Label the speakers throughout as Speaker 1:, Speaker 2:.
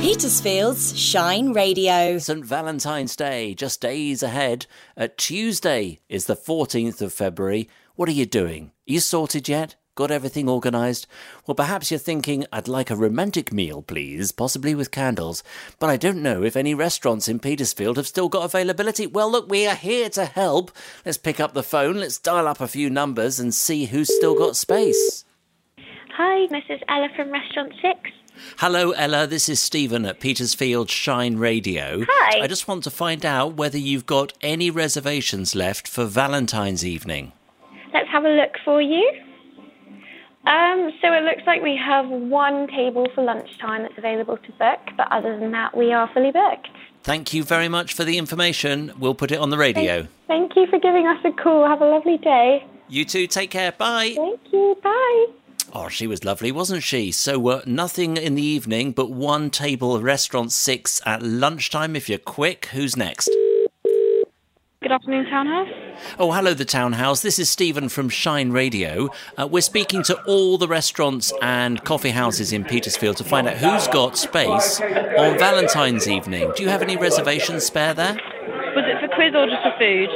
Speaker 1: Petersfield's Shine Radio.
Speaker 2: St. Valentine's Day, just days ahead. Uh, Tuesday is the 14th of February. What are you doing? Are you sorted yet? Got everything organised? Well, perhaps you're thinking, I'd like a romantic meal, please, possibly with candles, but I don't know if any restaurants in Petersfield have still got availability. Well, look, we are here to help. Let's pick up the phone, let's dial up a few numbers and see who's still got space.
Speaker 3: Hi, this is Ella from Restaurant Six.
Speaker 2: Hello, Ella. This is Stephen at Petersfield Shine Radio.
Speaker 3: Hi.
Speaker 2: I just want to find out whether you've got any reservations left for Valentine's evening.
Speaker 3: Let's have a look for you. Um, so it looks like we have one table for lunchtime that's available to book, but other than that, we are fully booked.
Speaker 2: Thank you very much for the information. We'll put it on the radio.
Speaker 3: Thank you for giving us a call. Have a lovely day.
Speaker 2: You too. Take care. Bye.
Speaker 3: Thank you. Bye.
Speaker 2: Oh, she was lovely, wasn't she? So, uh, nothing in the evening but one table, restaurant six at lunchtime. If you're quick, who's next?
Speaker 3: Good afternoon, Townhouse.
Speaker 2: Oh, hello, the townhouse. This is Stephen from Shine Radio. Uh, we're speaking to all the restaurants and coffee houses in Petersfield to find out who's got space on Valentine's evening. Do you have any reservations spare there?
Speaker 4: Was it for quiz or just for food?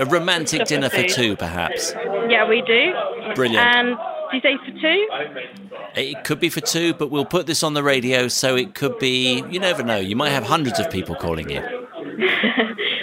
Speaker 2: A romantic dinner for two, perhaps.
Speaker 4: Yeah, we do.
Speaker 2: Brilliant.
Speaker 4: And do you say for two?
Speaker 2: It could be for two, but we'll put this on the radio, so it could be. You never know. You might have hundreds of people calling in.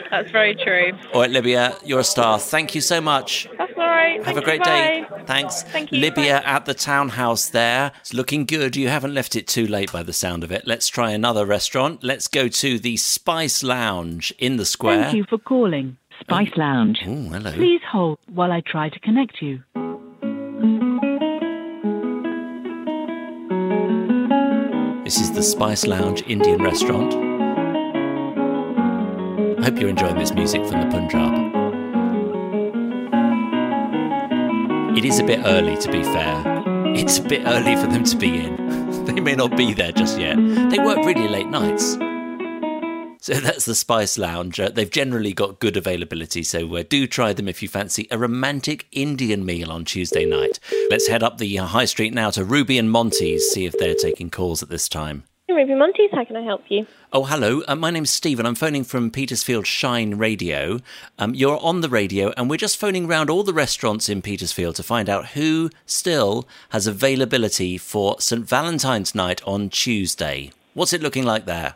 Speaker 4: That's very true.
Speaker 2: All right, Libya, you're a star. Thank you so much.
Speaker 4: That's all right.
Speaker 2: Have
Speaker 4: Thank
Speaker 2: a
Speaker 4: you,
Speaker 2: great day.
Speaker 4: bye.
Speaker 2: Thanks.
Speaker 4: Thank you,
Speaker 2: Libya at the townhouse there. It's looking good. You haven't left it too late by the sound of it. Let's try another restaurant. Let's go to the Spice Lounge in the square.
Speaker 5: Thank you for calling Spice Lounge.
Speaker 2: Oh, hello.
Speaker 5: Please hold while I try to connect you.
Speaker 2: This is the Spice Lounge Indian restaurant. Hope you're enjoying this music from the Punjab. It is a bit early, to be fair. It's a bit early for them to be in. they may not be there just yet. They work really late nights. So that's the Spice Lounge. Uh, they've generally got good availability, so uh, do try them if you fancy a romantic Indian meal on Tuesday night. Let's head up the uh, high street now to Ruby and Monty's, see if they're taking calls at this time.
Speaker 3: Ruby Montes, how can I help you?
Speaker 2: Oh, hello. Uh, my name's Stephen. I'm phoning from Petersfield Shine Radio. Um, you're on the radio, and we're just phoning round all the restaurants in Petersfield to find out who still has availability for St. Valentine's night on Tuesday. What's it looking like there?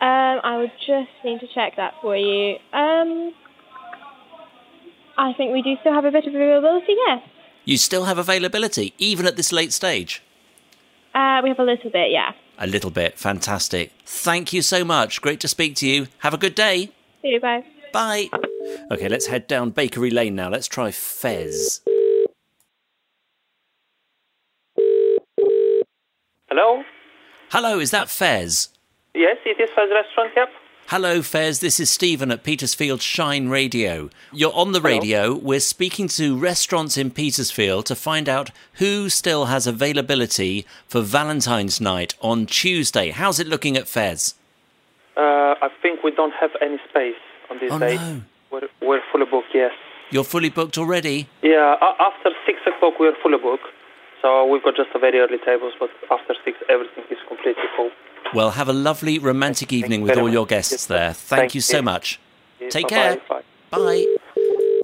Speaker 3: Um, I would just need to check that for you. Um, I think we do still have a bit of availability, yes.
Speaker 2: You still have availability, even at this late stage?
Speaker 3: Uh, we have a little bit, yeah.
Speaker 2: A little bit. Fantastic. Thank you so much. Great to speak to you. Have a good day.
Speaker 3: See you, bye.
Speaker 2: Bye. Okay, let's head down Bakery Lane now. Let's try Fez.
Speaker 6: Hello?
Speaker 2: Hello, is that Fez?
Speaker 6: Yes, it is Faz Restaurant, yep.
Speaker 2: Hello, Fez. This is Stephen at Petersfield Shine Radio. You're on the radio. We're speaking to restaurants in Petersfield to find out who still has availability for Valentine's night on Tuesday. How's it looking at Fez?
Speaker 6: Uh, I think we don't have any space on this
Speaker 2: Oh,
Speaker 6: day.
Speaker 2: no.
Speaker 6: We're, we're full book, yes.
Speaker 2: You're fully booked already?
Speaker 6: Yeah, a- after 6 o'clock we're full book. So we've got just a very early tables, but after 6 everything is completely full.
Speaker 2: Well, have a lovely romantic evening
Speaker 6: you
Speaker 2: with
Speaker 6: very
Speaker 2: all your
Speaker 6: much.
Speaker 2: guests
Speaker 6: Yes,
Speaker 2: there. Thank,
Speaker 6: thank
Speaker 2: you so
Speaker 6: you.
Speaker 2: much.
Speaker 6: Yeah,
Speaker 2: Take
Speaker 6: bye-bye,
Speaker 2: care.
Speaker 6: bye.
Speaker 2: Bye.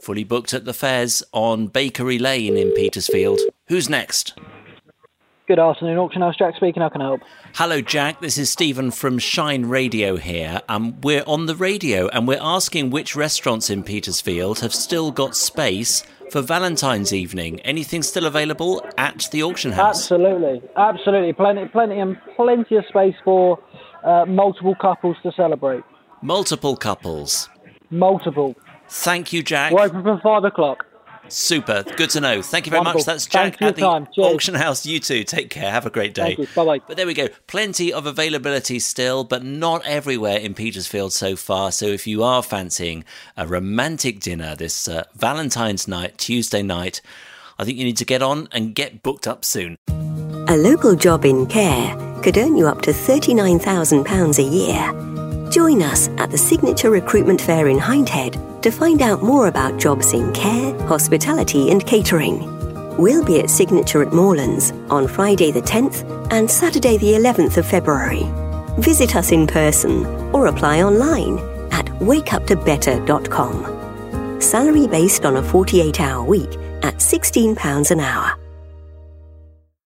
Speaker 2: Fully booked at the fairs on Bakery Lane in Petersfield. Who's next?
Speaker 7: Good afternoon, Auction House Jack speaking. How can I help?
Speaker 2: Hello, Jack. This is Stephen from Shine Radio here. Um, we're on the radio and we're asking which restaurants in Petersfield have still got space for Valentine's evening. Anything still available at the auction house?
Speaker 7: Absolutely, absolutely, plenty, plenty, and plenty of space for uh, multiple couples to celebrate.
Speaker 2: Multiple couples.
Speaker 7: Multiple.
Speaker 2: Thank you, Jack.
Speaker 7: We're open from five o'clock.
Speaker 2: Super. Good to know. Thank you very much.
Speaker 7: Wonderful.
Speaker 2: That's Jack
Speaker 7: Thanks for your
Speaker 2: at the
Speaker 7: time. Cheers.
Speaker 2: auction house. You too. Take care. Have a great day.
Speaker 7: Thank you. Bye-bye.
Speaker 2: But there we go. Plenty of availability still, but not everywhere in Petersfield so far. So if you are fancying a romantic dinner this uh, Valentine's night, Tuesday night, I think you need to get on and get booked up soon.
Speaker 8: A local job in care could earn you up to £39,000 a year. Join us at the Signature Recruitment Fair in Hindhead to find out more about jobs in care, hospitality, and catering. We'll be at Signature at Morelands on Friday the 10th and Saturday the 11th of February. visit us in person, or apply online at wakeuptobetter.com. Salary based on a 48 hour week at £16 an hour.